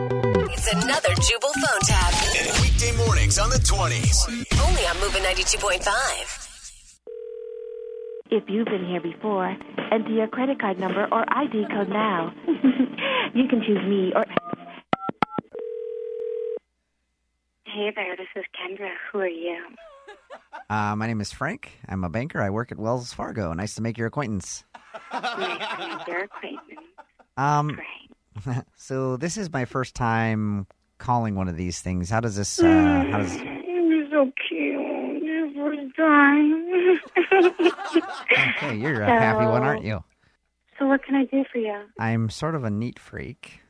is another Jubal phone tab. Weekday mornings on the 20s. Only on Moving 92.5. If you've been here before, enter your credit card number or ID code now. you can choose me or. Hey there, this is Kendra. Who are you? Uh, my name is Frank. I'm a banker. I work at Wells Fargo. Nice to make your acquaintance. Nice to meet your acquaintance. Um, Great. so this is my first time calling one of these things. How does this? Uh, how does? You're so cute. Your first time. Okay, you're a happy one, aren't you? so what can I do for you? I'm sort of a neat freak.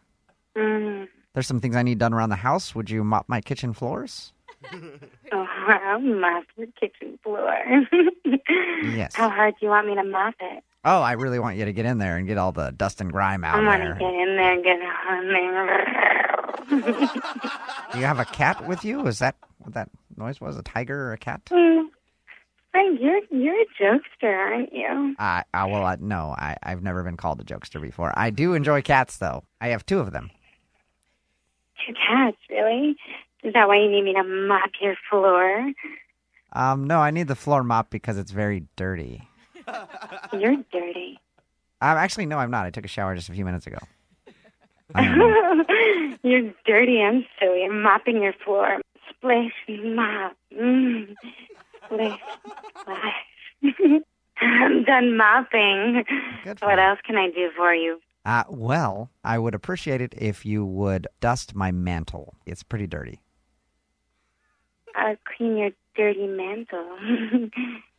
Mm. There's some things I need done around the house. Would you mop my kitchen floors? Oh, I'll mop your kitchen floor. Yes. How hard do you want me to mop it? Oh, I really want you to get in there and get all the dust and grime out I want to there. get in there and get on there. Do you have a cat with you? Is that what that noise was? A tiger or a cat? Mm. Frank, you're, you're a jokester, aren't you? I, I well, I, no, I, I've never been called a jokester before. I do enjoy cats, though. I have two of them. Two cats, really? Is that why you need me to mop your floor? Um, no, I need the floor mop because it's very dirty. You're dirty. Um, actually, no, I'm not. I took a shower just a few minutes ago. Um, You're dirty and silly. I'm mopping your floor. Splish, mop. Mm. Splish, splash. I'm done mopping. Good for What you. else can I do for you? uh, well, I would appreciate it if you would dust my mantle. It's pretty dirty. I'll Uh, clean your dirty mantle.